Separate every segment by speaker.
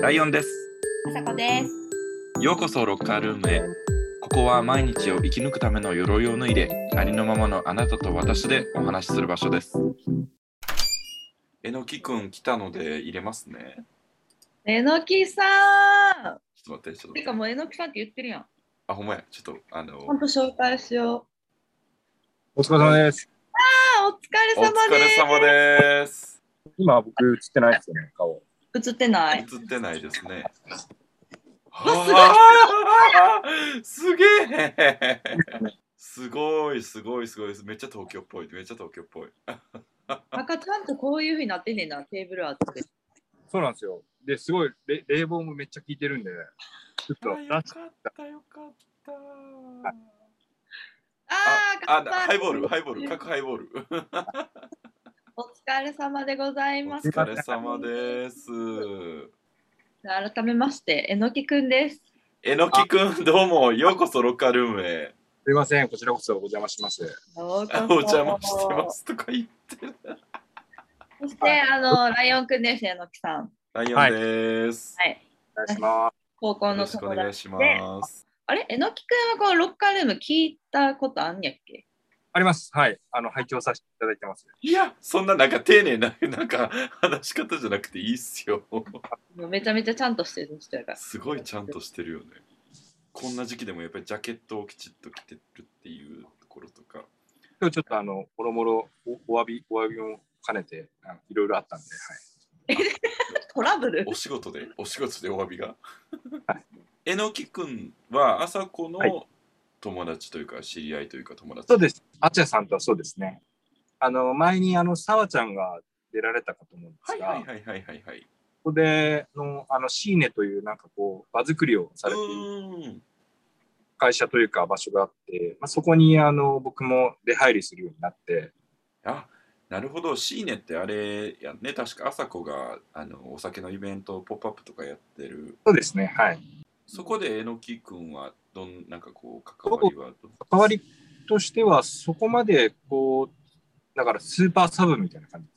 Speaker 1: ライオンです。
Speaker 2: あさこです。
Speaker 1: ようこそロッカールームへ。ここは毎日を生き抜くための鎧を脱いで、ありのままのあなたと私でお話しする場所です。えのきくん来たので入れますね。
Speaker 2: えのきさ
Speaker 1: ちょっと待って、ちょっ
Speaker 2: ん。
Speaker 1: と
Speaker 2: て
Speaker 1: 待って。
Speaker 2: かもうえのきさんって言ってるやん。
Speaker 1: あ、ほんまや。ちょっと、あの、
Speaker 2: ほんと紹介しよう。
Speaker 3: お疲れ様です。
Speaker 2: あ、お疲れ
Speaker 1: お疲
Speaker 2: 様
Speaker 1: れ
Speaker 2: で
Speaker 1: 様です。
Speaker 3: 今僕映ってないですよね、顔。
Speaker 2: す。映ってない。
Speaker 1: 映ってないですね。
Speaker 2: わ
Speaker 1: あーすげえすごいすごいすごいめっちゃ東京っぽいめっちゃ東京っぽい
Speaker 2: 赤ちゃんとこういう風になってんねんな、テーブルあって。
Speaker 3: そうなんですよ。で、すごいれ冷房もめっちゃ効いてるんで、ちょっと
Speaker 1: よか
Speaker 3: ラ
Speaker 1: っ
Speaker 3: ス
Speaker 1: たよかった
Speaker 2: あー、
Speaker 1: あ
Speaker 2: 乾杯
Speaker 1: ハイボールハイボール各ハイボール
Speaker 2: お疲れ様でござい
Speaker 1: お
Speaker 2: ます。
Speaker 1: 疲れ様です
Speaker 2: 改めまして、えのきくんです。
Speaker 1: えのきくんどうもようこそロッカールームへ
Speaker 3: すいません、こちらこそお邪魔します。
Speaker 2: お
Speaker 1: あお邪魔してま。すとか言ってる
Speaker 2: そして、あの、ライオンくんです、えのきさん。
Speaker 1: ライオンです、
Speaker 2: はい。
Speaker 3: お願いしま
Speaker 2: 高校
Speaker 1: よろ
Speaker 2: の
Speaker 1: しくお
Speaker 2: 友
Speaker 1: 願い
Speaker 2: 達。
Speaker 1: します
Speaker 2: あれえのきくんはこうロッカールーム聞いたことあんやっけ
Speaker 3: す。あります。はい。あの、拝聴させていただいてます。
Speaker 1: いやそんななんか丁寧な なんか話し方じゃなくていいっすよ
Speaker 2: もうめちゃめちゃちゃんとしてる人やから。
Speaker 1: すごいちゃんとしてるよね。こんな時期でもやっぱりジャケットをきちっと着てるっていうところとか。
Speaker 3: 今日ちょっとあの、もろもろおお詫び、お詫びも兼ねて、あのいろいろあったんで、
Speaker 2: トラブル
Speaker 1: お仕事で、お仕事でお詫びが。えのきくんは朝子
Speaker 3: はい
Speaker 1: の友達というか知り合いというか友達。
Speaker 3: そうです。あちゃさんとはそうですね。あの、前にあの、さわちゃんが出られたかと思うんで
Speaker 1: は
Speaker 3: す
Speaker 1: い
Speaker 3: が、
Speaker 1: はいはいはいはいはい。
Speaker 3: ここでの、あの、シーネというなんかこう、場作りをさ
Speaker 1: う
Speaker 3: れている
Speaker 1: ーん。
Speaker 3: 会社というか場所があって、まあ、そこにあの僕も出入りするようになって、
Speaker 1: あなるほど、シーネってあれやね、確か朝子があのお酒のイベント、ポップアップとかやってる。
Speaker 3: そうですね、はい。
Speaker 1: そこでえのきくんは、どんなんかこう、関わりはどう
Speaker 3: 関わりとしては、そこまでこう、だからスーパーサブみたいな感じ。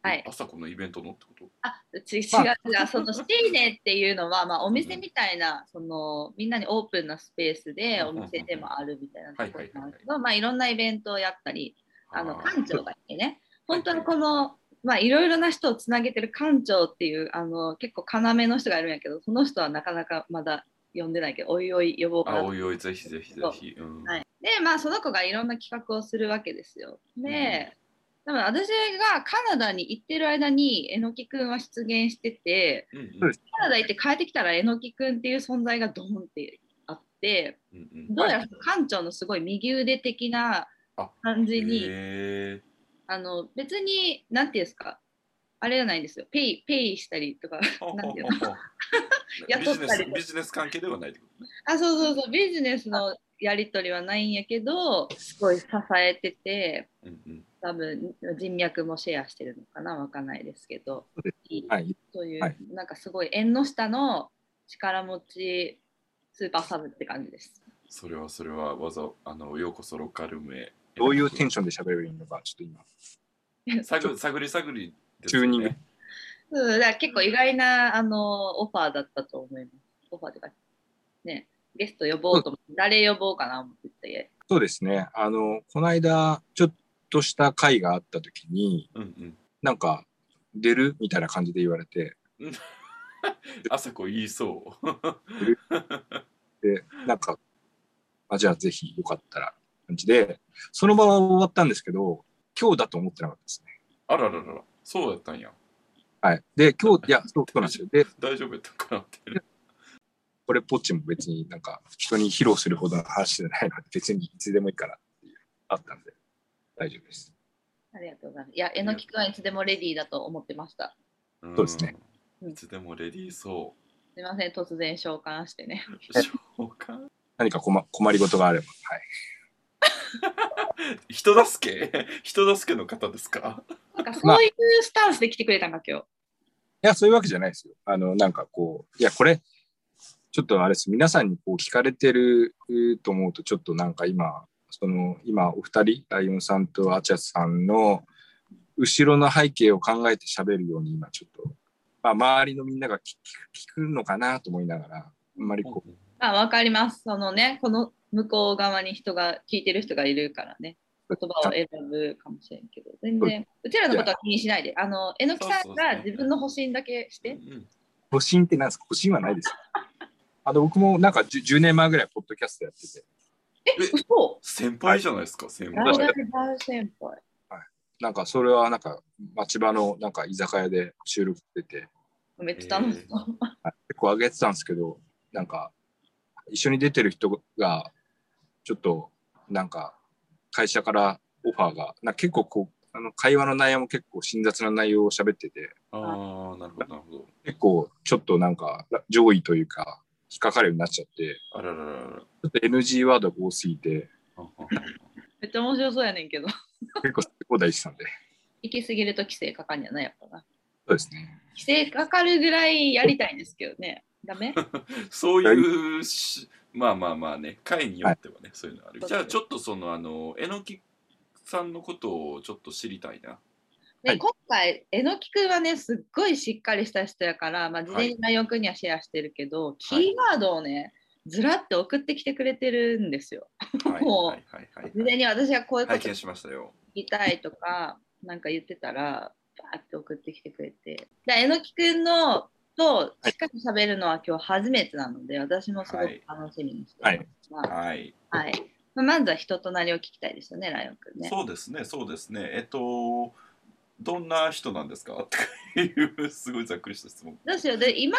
Speaker 2: はい
Speaker 1: 朝子のイベントのってこと
Speaker 2: あち違う違うそのシーネっていうのは、まあ、お店みたいなそのみんなにオープンなスペースでお店でもあるみたいなところなんですけど、まあ、いろんなイベントをやったりあの
Speaker 1: あー
Speaker 2: 館長がいてね本当にこの、まあ、いろいろな人をつなげてる館長っていうあの結構要の人がいるんやけどその人はなかなかまだ呼んでないけどおいおい呼ぼうかな
Speaker 1: あ、
Speaker 2: と
Speaker 1: おいおい、ぜひぜひぜひ。うん
Speaker 2: はい、でまあその子がいろんな企画をするわけですよ。で、多分私がカナダに行ってる間にえのきくんは出現してて
Speaker 1: うんうん
Speaker 3: そうです
Speaker 2: カナダ行って帰ってきたらえのきくんっていう存在がドンってあって
Speaker 1: うんうん
Speaker 2: どうやら館長のすごい右腕的な
Speaker 1: あ
Speaker 2: 感じにあ、
Speaker 1: へ
Speaker 2: の別に何ていうんですかあれじゃないんですよペイペイしたりとか
Speaker 1: ー
Speaker 2: なんていう
Speaker 1: ほうほうほう
Speaker 2: 雇
Speaker 1: ビジ
Speaker 2: っ
Speaker 1: ネ
Speaker 2: た
Speaker 1: ス
Speaker 2: り
Speaker 1: ビジネス関係ではないってことね。
Speaker 2: あそうそうそうビジネスのやり取りはないんやけどすごい支えてて。
Speaker 1: うんうん
Speaker 2: 多分人脈もシェアしてるのかなわかんないですけど
Speaker 3: そうで
Speaker 2: いい
Speaker 3: はい。
Speaker 2: そういう、
Speaker 3: はい
Speaker 2: なんかすごい縁の下の力持ちスーパーサブって感じです。
Speaker 1: それはそれはわざあのようこそロッカールームへ。
Speaker 3: どういうテンションで喋ればいいのか、ちょっと今。
Speaker 1: 探探り探りです
Speaker 3: チューニング。
Speaker 2: うん、だから結構意外なあのオファーだったと思います。オファーというか、ね、ゲスト呼ぼうと思って、誰呼ぼうかな思ってて。
Speaker 3: そうですね。あの、この間、ちょっとした会があった時に、
Speaker 1: うんうん。
Speaker 3: なんか、出るみたいな感じで言われて、
Speaker 1: 朝子言いそう。
Speaker 3: で、なんか、あじゃあぜひよかったら、感じで、その場は終わったんですけど、今日だと思ってなかったですね。
Speaker 1: あらららら。そうだったんや。
Speaker 3: はい。で、今日、いや、そうそうなんですよ。で、
Speaker 1: 大丈夫やったんかなって。
Speaker 3: これっぽっちも別になんか人に披露するほどの話じゃないので別にいつでもいいかなっていうあったんで大丈夫です。
Speaker 2: ありがとうございます。いや、えのきくんはいつでもレディーだと思ってました。
Speaker 1: そ
Speaker 3: そうですね。
Speaker 1: いつでもレディーそ
Speaker 2: すいません、突然召喚して ね。
Speaker 1: う。
Speaker 3: え
Speaker 1: 召喚
Speaker 3: 何か困困りごとがあれば、はい。
Speaker 1: 人助け 人助けの方ですか
Speaker 2: なんかそういうスタンスで来てくれたんか、今日。
Speaker 3: いや、そういうわけじゃないですよ。あの、なんかこう、いや、これ、ちょっとあれです。皆さんにこう聞かれてると思うと、ちょっとなんか今、その、今、お二人、ライオンさんとアチャさんの後ろの背景を考えて喋るように今ちょっと、まあ、周りのみんなが聞く聞くのかなと思いながら、あんまりこう、
Speaker 2: あ、わかります。そのね、この向こう側に人が聞いてる人がいるからね。言葉を選ぶかもしれんけど、全然、うちらのことは気にしないで、あの、えのきさんが自分の保身だけして、
Speaker 3: 保身って何ですか保身はないです。あの、僕もなんか 10, 10年前ぐらいポッドキャストやってて、
Speaker 2: 嘘
Speaker 1: 先輩じゃないですか、先
Speaker 2: 大
Speaker 1: 輩。
Speaker 2: 大先輩。
Speaker 3: なんかそれはなんか町場のなんか居酒屋で収録してて、
Speaker 2: めっちゃ楽しそう。
Speaker 3: 結構上げてたんですけどなんか一緒に出てる人がちょっとなんか会社からオファーがなんか結構こうあの会話の内容も結構辛雑な内容を喋ってて
Speaker 1: ああ、なるほど、なるほど。
Speaker 3: 結構ちょっとなんか上位というか引っかかるようになっちゃって
Speaker 1: あららららら。
Speaker 3: ちょっと NG ワードが多すぎて
Speaker 2: めっちゃ面白そうやねんけど。
Speaker 3: 結構そこ大事なんで
Speaker 2: 行き過ぎると規制かかんやな、やっぱな。
Speaker 3: そうですね
Speaker 2: 規制かかるぐらいやりたいんですけどね。ダ メ
Speaker 1: そういうし、まあまあまあね、会によってはね、そういうのある。
Speaker 2: そう
Speaker 1: じ
Speaker 2: そ
Speaker 1: ゃ
Speaker 2: う
Speaker 1: あ、ちょっとその、あの、えのきさんのことをちょっと知りたいな。
Speaker 2: で、
Speaker 3: はい
Speaker 2: 今回、えのきくんはね、すっごいしっかりした人やから、まあ、事前に内容くんにはシェアしてるけど、キーワードをね、ずらって送ってきてくれてるんですよ。
Speaker 1: はい、
Speaker 2: もう
Speaker 1: はい、はいはい
Speaker 2: 事
Speaker 1: は
Speaker 2: 前
Speaker 1: い。
Speaker 2: に私がこういうこ
Speaker 1: 拝
Speaker 2: と聞
Speaker 1: 見しましたよ。
Speaker 2: きたいとか、なんか言ってたら、バーって送ってきてくれて。だえのきくんのとしっかり喋るのは今日初めてなので、私もすごく楽しみにしてます。まあ
Speaker 1: はい。
Speaker 2: はい。まあまずは人となりを聞きたいですよね、ライオンくんね。
Speaker 1: そうですね、そうですね。えっと、どんな人なんですかっていう、すごいざっくりした質問。
Speaker 2: どうしよう。で、今、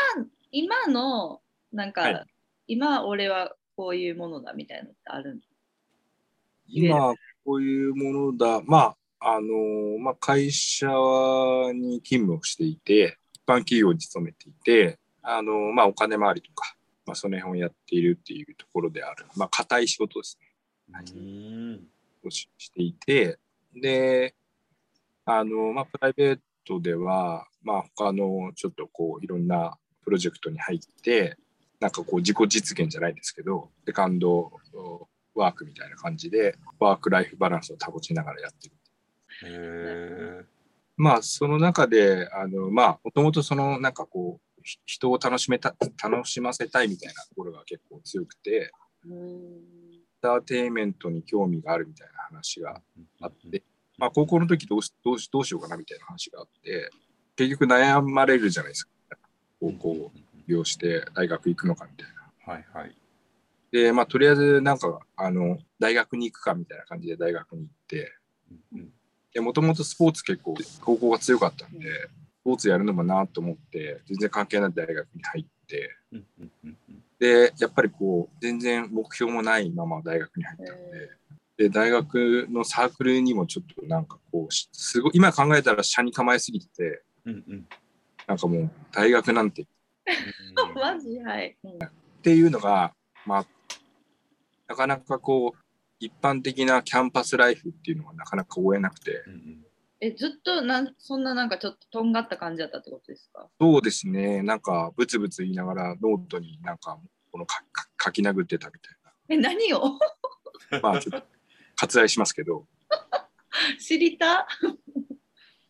Speaker 2: 今の、なんか、
Speaker 3: はい
Speaker 2: 今俺はこういうものだみたいなのってあるの言える
Speaker 3: 今こういうものだまああのまあ会社に勤務をしていて一般企業に勤めていてあのまあお金回りとか、まあ、その辺をやっているっていうところであるまあ固い仕事ですねはいう
Speaker 1: ーん
Speaker 3: をししていてであのまあプライベートではまあ他のちょっとこういろんなプロジェクトに入ってなんかこう自己実現じゃないですけどセカンドワークみたいな感じでワークライフバランスを保ちながらやってる
Speaker 1: へえ。
Speaker 3: まあその中であのまあもともとそのなんかこうひ人を楽しめた楽しませたいみたいなところが結構強くて
Speaker 2: うーん
Speaker 3: エンターテインメントに興味があるみたいな話があっ
Speaker 1: うん
Speaker 3: て、まあ、高校の時どうしどうしどうしようかなみたいな話があって結局悩まれるじゃないですか高校を利用して大学行くのかみたいな。
Speaker 1: はいはい。
Speaker 3: でまあとりあえずなんかあの大学に行くかみたいな感じで大学に行って
Speaker 1: うん
Speaker 3: もともとスポーツ結構高校が強かったんでスポーツやるのもなと思って全然関係ない大学に入って
Speaker 1: うんうんうんうん
Speaker 3: でやっぱりこう全然目標もないまま大学に入ったので。で大学のサークルにもちょっとなんかこうしすごい今考えたら社に構えすぎてて
Speaker 1: うんうん
Speaker 3: なんかもう大学なんてっ
Speaker 1: うん
Speaker 2: マジはい。うん
Speaker 3: ていうのが、まあ、なかなかこう一般的なキャンパスライフっていうのはなかなか追えなくて
Speaker 1: うんうん
Speaker 2: え、ずっとなん、そんななんかちょっととんがった感じだったってことですか
Speaker 3: そうですねなんかブツブツ言いながらノートになんかこのかか書き殴ってたみた
Speaker 2: え、何を
Speaker 3: いなまあちょっと割愛しますけど
Speaker 2: 知り た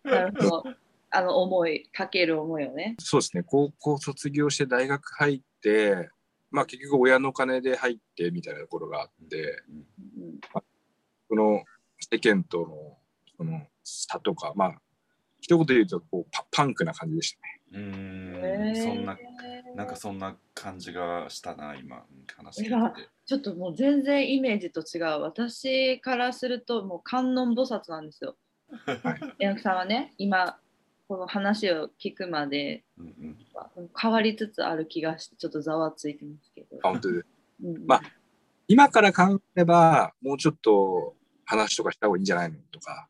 Speaker 2: なるほど。あの、思い、かける思いをね。
Speaker 3: そうですね高校卒業して大学入ってまあ結局親の金で入ってみたいなところがあって
Speaker 1: うん
Speaker 2: うん
Speaker 3: この世間とのその差とかまあ一言で言うとこうパパンクな感じでしたね。
Speaker 1: うー
Speaker 2: へ
Speaker 1: ん
Speaker 2: ー
Speaker 1: そんななんかそんな感じがしたな今話聞
Speaker 2: いや
Speaker 1: いてて。
Speaker 2: ちょっともう全然イメージと違う。私からするともう観音菩薩なんですよ。矢野さんはね、今この話を聞くまで
Speaker 1: うんうん
Speaker 2: は変わりつつある気がしてちょっとざわついてますけど。
Speaker 3: あ本当で
Speaker 2: うん
Speaker 3: まあ今から考えればもうちょっと話とかした方がいいんじゃないのとか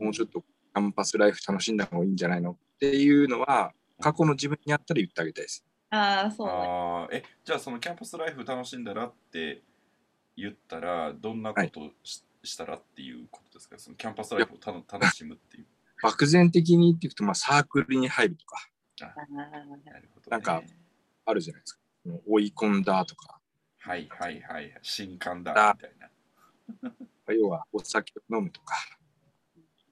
Speaker 3: もうちょっとキャンパスライフ楽しんだ方がいいんじゃないのっていうのは過去の自分にあったら言ってあげたいです。
Speaker 2: ああ、そうね。
Speaker 1: あーえじゃあそのキャンパスライフ楽しんだらって言ったらどんなことをし,、したらっていうことですかそのキャンパスライフをたの楽しむっていう。
Speaker 3: 漠然的にっていくと、まあ、サークルに入るとか
Speaker 2: あー
Speaker 1: なるほどね、
Speaker 3: なんかあるじゃないですか。その追い込んだとか、
Speaker 1: はいはいはい新刊
Speaker 3: あ
Speaker 1: だみたいな。
Speaker 3: 要はお酒を飲むとか、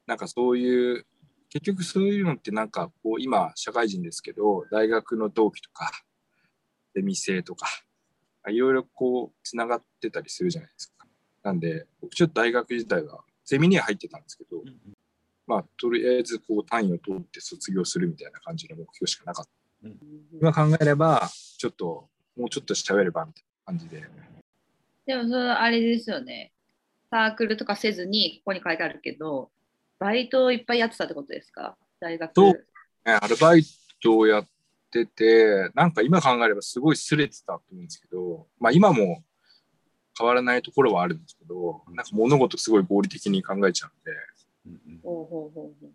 Speaker 3: なんかそういう結局そういうのってなんかこう今社会人ですけど大学の同期とか出店とかいろいろこうつながってたりするじゃないですか。なんで僕ちょっと大学時代はゼミには入ってたんですけど、
Speaker 1: うんうん
Speaker 3: まあとりあえずこう単位を取って卒業するみたいな感じの目標しかなかった。
Speaker 1: うん
Speaker 3: 今考えればちょっともうちょっと喋ればみたいな感じで
Speaker 2: でもそれあれですよね。サークルとかせずに、ここに書いてあるけど、バイトをいっぱいやってたってことですか大学。
Speaker 3: そうねアルバイトをやってて、なんか今考えればすごい擦れてたと思うんですけど、まあ今も変わらないところはあるんですけど、なんか物事すごい合理的に考えちゃうんで、
Speaker 1: うん
Speaker 2: ほうほうほうほう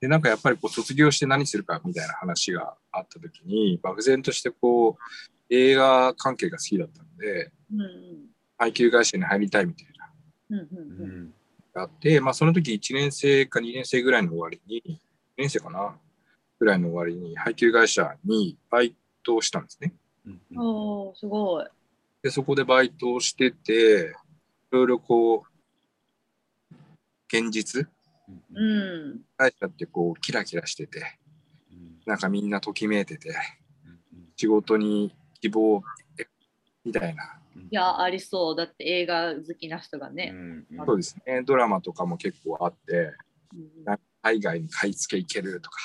Speaker 3: で、なんかやっぱりこう卒業して何するかみたいな話があった時に、漠然としてこう映画関係が好きだったんで、
Speaker 2: うんうん
Speaker 3: 配給会社に入りたいみたい
Speaker 2: う
Speaker 3: な
Speaker 2: んう
Speaker 1: うん
Speaker 2: うん
Speaker 1: ん
Speaker 3: があって、まあその時1年生か2年生ぐらいの終わりに、2年生かなぐらいの終わりに配給会社にバイトをしたんですね。
Speaker 1: うんうん
Speaker 2: おおすごい。
Speaker 3: で、そこでバイトをしてて、いろいろこう、現実
Speaker 1: うん
Speaker 2: うん。
Speaker 3: 会社ってこう、キラキラしてて、
Speaker 1: うん
Speaker 3: なんかみんなときめいてて、
Speaker 1: うん
Speaker 3: 仕事に希望みたいな。
Speaker 1: うん
Speaker 2: いや、ありそう。だって映画好きな人が
Speaker 1: う
Speaker 2: ね。
Speaker 1: んうん
Speaker 3: そうですね、ドラマとかも結構あって、
Speaker 2: うん
Speaker 3: なんか海外に買い付け行けるとか、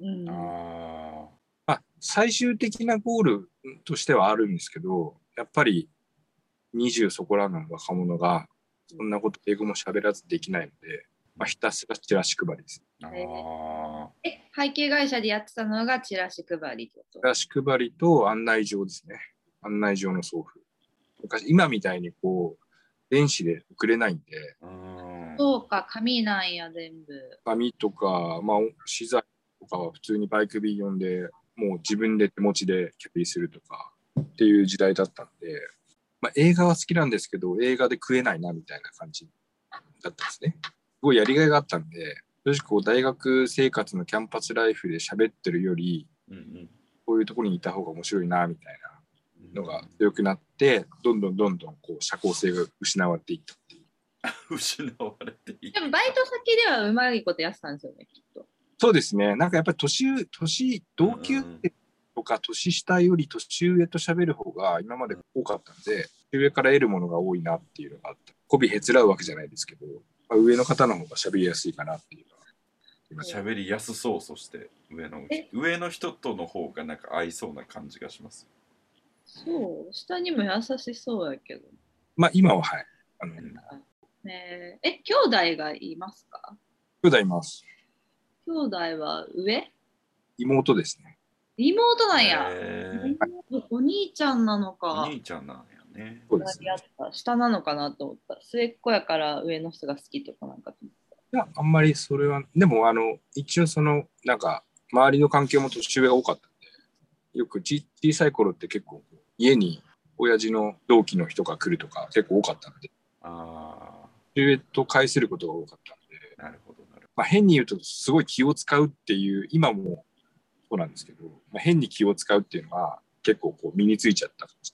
Speaker 2: うん
Speaker 1: あ
Speaker 3: まあ、最終的なゴールとしてはあるんですけど、やっぱり20そこらの若者が、そんなこと英語も喋らずできないので、まあ、ひたすらチラシ配りです。
Speaker 1: ーあー
Speaker 2: え、配給会社でやってたのがチラシ配りってこ
Speaker 3: チ
Speaker 2: と
Speaker 3: ラシ配りと案内状ですね。案内状の送付。昔、今みたいにこう、電子で送れないんで、
Speaker 1: うん
Speaker 2: そうか、紙なんや、全部。
Speaker 3: 紙とか、まあ、資材とかは普通にバイク便呼んで、もう自分で手持ちでキャリーするとかっていう時代だったんで、まあ、映画は好きなんですけど、映画で食えないなみたいな感じだったんですね。すごいやりがいがあったんで、正直こう大学生活のキャンパスライフで喋ってるより、
Speaker 1: うん
Speaker 3: こういうところにいた方が面白いなみたいな
Speaker 1: うん
Speaker 3: のが強くなってどんどんどんどんこう社交性が失われていったっていう
Speaker 1: 失われてい
Speaker 2: で
Speaker 1: く
Speaker 2: も、バイト先ではうまいことやってたんですよね、きっと。
Speaker 3: そうですねなんかやっぱり年上年同級生とか年下より年上と喋る方が今まで多かったんで年上から得るものが多いなっていうのがあった媚びへつらうわけじゃないですけど、まあ、上の方の方が喋りやすいかなっていうのはありました
Speaker 1: 喋りやすそうそして上の
Speaker 2: え
Speaker 1: 上の人との方がなんか合いそうな感じがします
Speaker 2: そう、下にも優しそうやけど。
Speaker 3: まあ今ははいあの
Speaker 1: う
Speaker 3: 兄
Speaker 1: ん
Speaker 2: ねえ、え兄弟がいますか
Speaker 3: 弟います
Speaker 2: 兄弟は上
Speaker 3: 妹ですね
Speaker 2: 妹なんや。
Speaker 1: へー
Speaker 2: 妹お兄ちゃんなの
Speaker 1: お
Speaker 2: か。
Speaker 1: 兄ちゃんなんやね
Speaker 3: そうですね
Speaker 2: やった下なのかなと思った。末っ子やから上の人が好きとかなんかと思っ
Speaker 3: いや、あんまりそれは、でも、あの、一応その、なんか、周りの環境も年上が多かったんで、よくち小さい頃って結構、家に親父の同期の人が来るとか、結構多かったんで、
Speaker 1: あ
Speaker 3: 年上と会することが多かったんで、
Speaker 1: あなるほどなる
Speaker 3: まあ、変に言うと、すごい気を使うっていう、今もそうなんですけど、まあ、変に気を使うっていうのは、結構こう、身についちゃった感じ。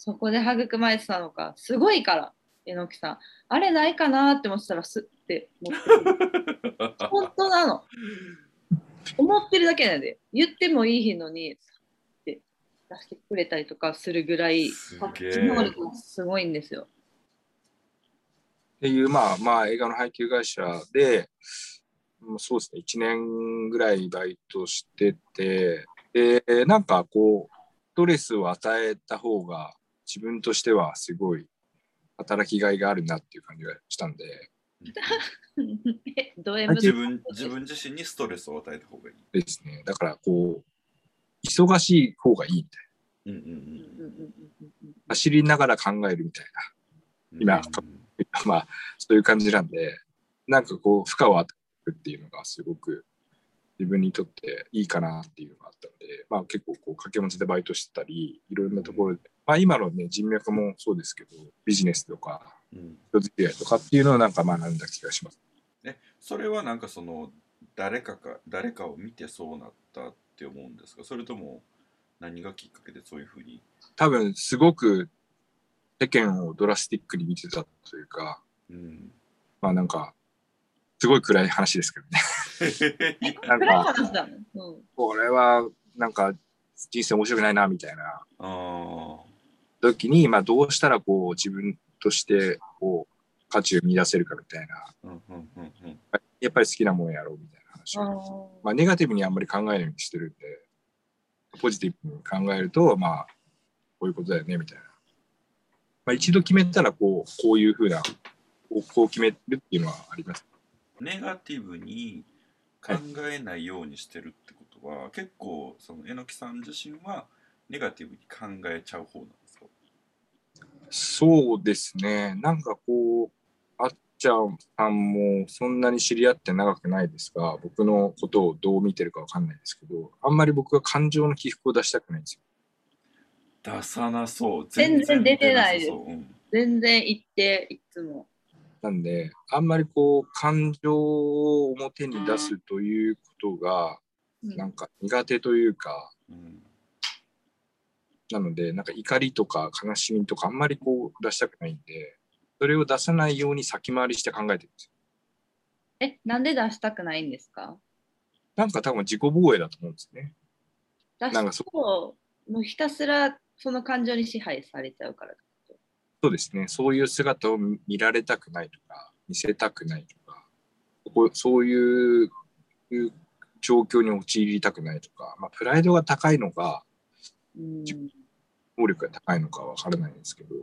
Speaker 2: そこで育まれてたのか。すごいから、榎木さん。あれないかなって思ってたらすって持ってくる
Speaker 1: ほど
Speaker 2: 本当なの。思ってるだけなんで、言ってもいい日のに、って出してくれたりとかするぐらい、
Speaker 1: す
Speaker 2: 発
Speaker 1: げえ
Speaker 2: 揮能力がすごいんですよ。
Speaker 3: っていう、まあ、まあ、映画の配給会社で、もうそうですね、1年ぐらいバイトしてて、で、なんかこう、ストレスを与えた方が、自分としてはすごい働きがいがあるなっていう感じがしたんで、
Speaker 2: えド M
Speaker 1: 自分自分自身にストレスを与えた方がいい
Speaker 3: ですね、だからこう、忙しい方がいいみたい
Speaker 1: うんうん
Speaker 2: うんうんうんうんうん
Speaker 3: な、走りながら考えるみたい
Speaker 1: うん
Speaker 3: 今な、 まあ、そういう感じなんで、なんかこう、負荷を与えるっていうのが、すごく自分にとっていいかなっていうのがあったので、まあ、結構こう掛け持ちでバイトしてたり、いろいろなところで、まあ、今の、ね、人脈もそうですけど、ビジネスとか、
Speaker 1: うん
Speaker 3: 人付き合いとかっていうのをなんか学んだ気がします。
Speaker 1: えそれはなんかその誰かか誰かを見てそうなったって思うんですかそれとも何がきっかけでそういうふうに
Speaker 3: 多分、すごく世間をドラスティックに見てたというか、
Speaker 1: うん
Speaker 3: まあなんか、すごい暗い話ですけどね。なん
Speaker 2: 暗い
Speaker 3: か、
Speaker 2: 話だもん。うん
Speaker 3: これは、なんか、人生面白くないな、みたいな
Speaker 1: あ
Speaker 3: 時に、まあ、どうしたら、こう、自分として、こう、価値を見出せるかみたいな、
Speaker 1: ーうんうんうんうん
Speaker 3: やっぱり好きなもんやろう、みたいな話
Speaker 2: あ
Speaker 3: を。
Speaker 2: ー
Speaker 3: まあ、ネガティブにあんまり考えないようにしてるんで、ポジティブに考えると、まあ、こういうことだよね、みたいな。まあ、一度決めたら、こう、こういうふうな、こうこう決めるっていうのはあります。
Speaker 1: ネガティブに考えないようにしてるってことは、結構その榎木さん自身はネガティブに考えちゃう方なんですか
Speaker 3: そうですね。なんかこう、あっちゃんさんもそんなに知り合って長くないですが、僕のことをどう見てるかわかんないですけど、あんまり僕は感情の起伏を出したくないんですよ。
Speaker 1: 出さなそう
Speaker 2: 全然出てない
Speaker 1: そう、うん
Speaker 2: 全然行って、いつも。
Speaker 3: なんで、あんまりこう、感情を表に出すということが、
Speaker 2: うん
Speaker 3: なんか苦手というか、
Speaker 1: うん
Speaker 3: なので、なんか怒りとか悲しみとか、あんまりこう出したくないんで、それを出さないように先回りして考えてるんですよ。
Speaker 2: え、なんで出したくないんですか
Speaker 3: なんか多分自己防衛だと思うんですね。
Speaker 2: 出
Speaker 3: なんかそ
Speaker 2: すと、もうひたすらその感情に支配されちゃうから。
Speaker 3: そうですね、そういう姿を見られたくないとか、見せたくないとか、こうそういういう状況に陥りたくないとか、まあ、プライドが高いのか、
Speaker 2: うん、
Speaker 3: 能力が高いのかわからないんですけど、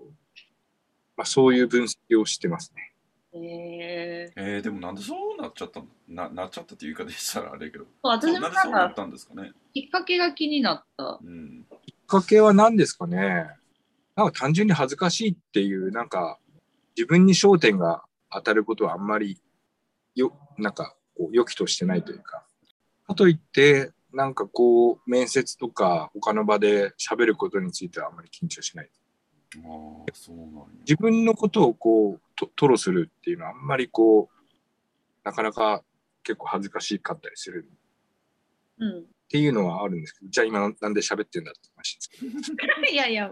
Speaker 3: まあ、そういう分析をしてますね。
Speaker 2: えー、
Speaker 1: えー、でもなんでそうなっちゃったのななっちゃったっていう言い方でしたらあれやけど
Speaker 2: そう私も
Speaker 1: な
Speaker 2: なん
Speaker 1: でそうなっ
Speaker 2: んか
Speaker 1: たんですかね、
Speaker 2: きっかけが気になった。
Speaker 1: うん、
Speaker 3: きっかけは何ですかね、なんか単純に恥ずかしいっていう、なんか自分に焦点が当たることはあんまりよ、なんかこう、良きとしてないというか。かといって、なんかこう、面接とか他の場で喋ることについてはあんまり緊張しない。
Speaker 1: ああそうなんや
Speaker 3: 自分のことをこう、と吐露するっていうのはあんまりこう、なかなか結構恥ずかしかったりするっ
Speaker 2: うん。
Speaker 3: ていうのはあるんですけど、じゃあ今なんなんで喋ってんだって話ですけど。
Speaker 2: いやいや、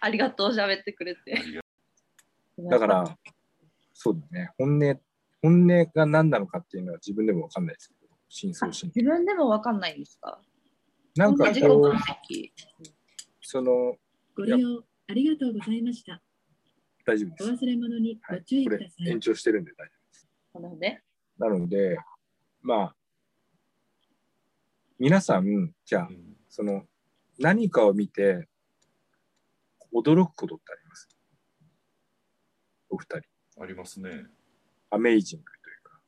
Speaker 2: ありがとう、喋ってくれ
Speaker 1: あ
Speaker 2: て。
Speaker 1: りが
Speaker 3: だか、ら、そうだね、本音、本音が何なのかっていうのは自分でも分かんないですけど、真相心。
Speaker 2: 自分でもわかんないんですか
Speaker 3: なんか
Speaker 2: 自己
Speaker 3: こ
Speaker 2: 分
Speaker 3: う、
Speaker 2: 析。
Speaker 3: その、
Speaker 4: ご利用ありがとうございました。
Speaker 3: 大丈夫
Speaker 4: お
Speaker 3: です。
Speaker 4: 忘れ物に
Speaker 3: は
Speaker 4: ご
Speaker 3: い
Speaker 4: 注、意
Speaker 3: こ
Speaker 4: くだ
Speaker 3: れ
Speaker 4: さい。
Speaker 3: 延長してるんで大
Speaker 2: な
Speaker 3: 丈
Speaker 2: るほどね。
Speaker 3: 夫。なので、まあ、皆さん、じゃあ
Speaker 1: とう、うん
Speaker 3: その、何かを見て、驚くことってありますお二人、
Speaker 1: ありますね
Speaker 3: アメイジングというか、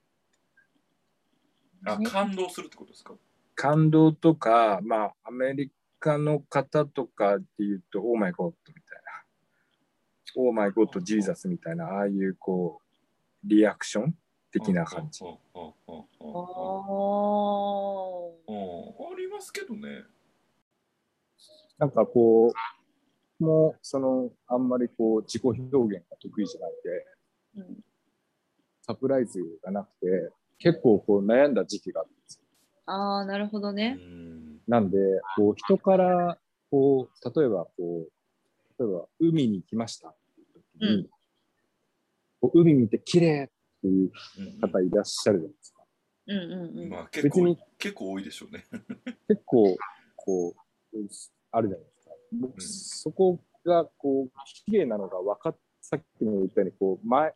Speaker 1: あ感動するってことですか
Speaker 3: 感動とか、まあ、アメリカの方とかっていうと、オーマイゴッドみたいな、オーマイゴッド、ジーザスみたいな、ああいうこう、リアクション的な感じ。
Speaker 1: あああああ
Speaker 2: お
Speaker 1: ああ
Speaker 2: おー。
Speaker 1: あありますけどね
Speaker 3: なんかこう、もう、その、あんまりこう、自己表現が得意じゃないんで、
Speaker 2: うん
Speaker 3: サプライズがなくて、結構こう、悩んだ時期があったんですよ
Speaker 2: ああ、なるほど
Speaker 1: う
Speaker 2: ね。
Speaker 1: ん
Speaker 3: なんで、こう人からこう、例えばこう、例えば海に来ましたっていう時に、こう海見て綺麗っていう方いらっしゃるじゃないですか。
Speaker 2: うんうんうん。
Speaker 1: まあ結
Speaker 3: 別
Speaker 1: 構
Speaker 3: に
Speaker 1: 結構多いでしょうね。
Speaker 3: 結構、こう、あるじゃないですか。僕、
Speaker 1: うん
Speaker 3: そこがこう、綺麗なのが分かっさっきも言ったように、こう、前、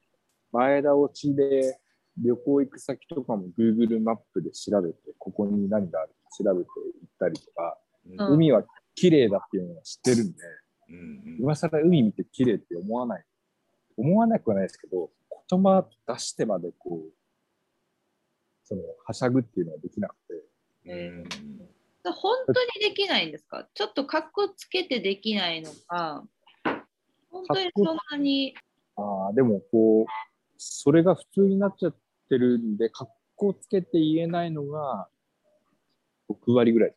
Speaker 3: 前倒しで旅行行く先とかも Google マップで調べて、ここに何があるか調べて行ったりとか、
Speaker 2: うん
Speaker 3: 海は綺麗だっていうのは知ってるんで、
Speaker 1: うんうん
Speaker 3: 今更海見て綺麗って思わない。思わなくはないですけど、言葉出してまでこう、その、はしゃぐっていうのはできなくて。
Speaker 1: うん
Speaker 2: 本当にできないんですかちょっとかっこつけてできないのか、本当にそんなに、
Speaker 3: ああ、でもこう、それが普通になっちゃってるんで、格好つけて言えないのが、6割ぐらい。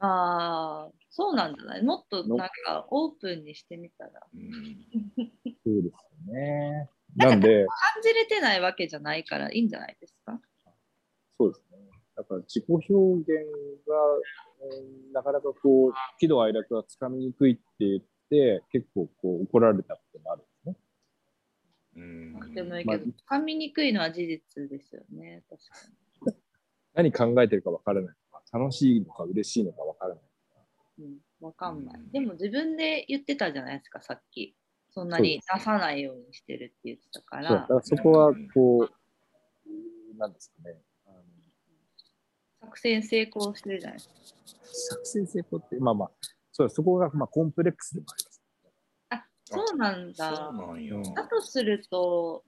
Speaker 2: ああ、そうなんじゃないもっとなんかオープンにしてみたら。
Speaker 1: うん
Speaker 3: そうですよね。なんで、
Speaker 2: 感じれてないわけじゃないからいいんじゃないですか
Speaker 3: そうですね。だから自己表現が、うんなかなかこう、喜怒哀楽がつかみにくいって言って、結構こう怒られたこともあるんですね。
Speaker 1: うん
Speaker 2: なくてもいいけど、掴みにくいのは事実ですよね。確か
Speaker 5: 何考えてるかわからない。楽しいのか嬉しいのかわからない。
Speaker 2: に。うん、わかんな
Speaker 1: う
Speaker 2: い
Speaker 1: ん。
Speaker 2: でも自分で言ってたじゃないですか、さっき。そんなに出さないようにしてるって言ってたか
Speaker 5: そうだ
Speaker 2: ら
Speaker 5: か、らそこは、こう、なんですかね。あの
Speaker 2: 作戦成功してるじゃないですか。
Speaker 5: 作戦成功って、まあまあ、そうそこが、まあ、コンプレックスでもあります。
Speaker 2: あ、そうなんだ。
Speaker 1: そうなんよ。
Speaker 2: だとすると、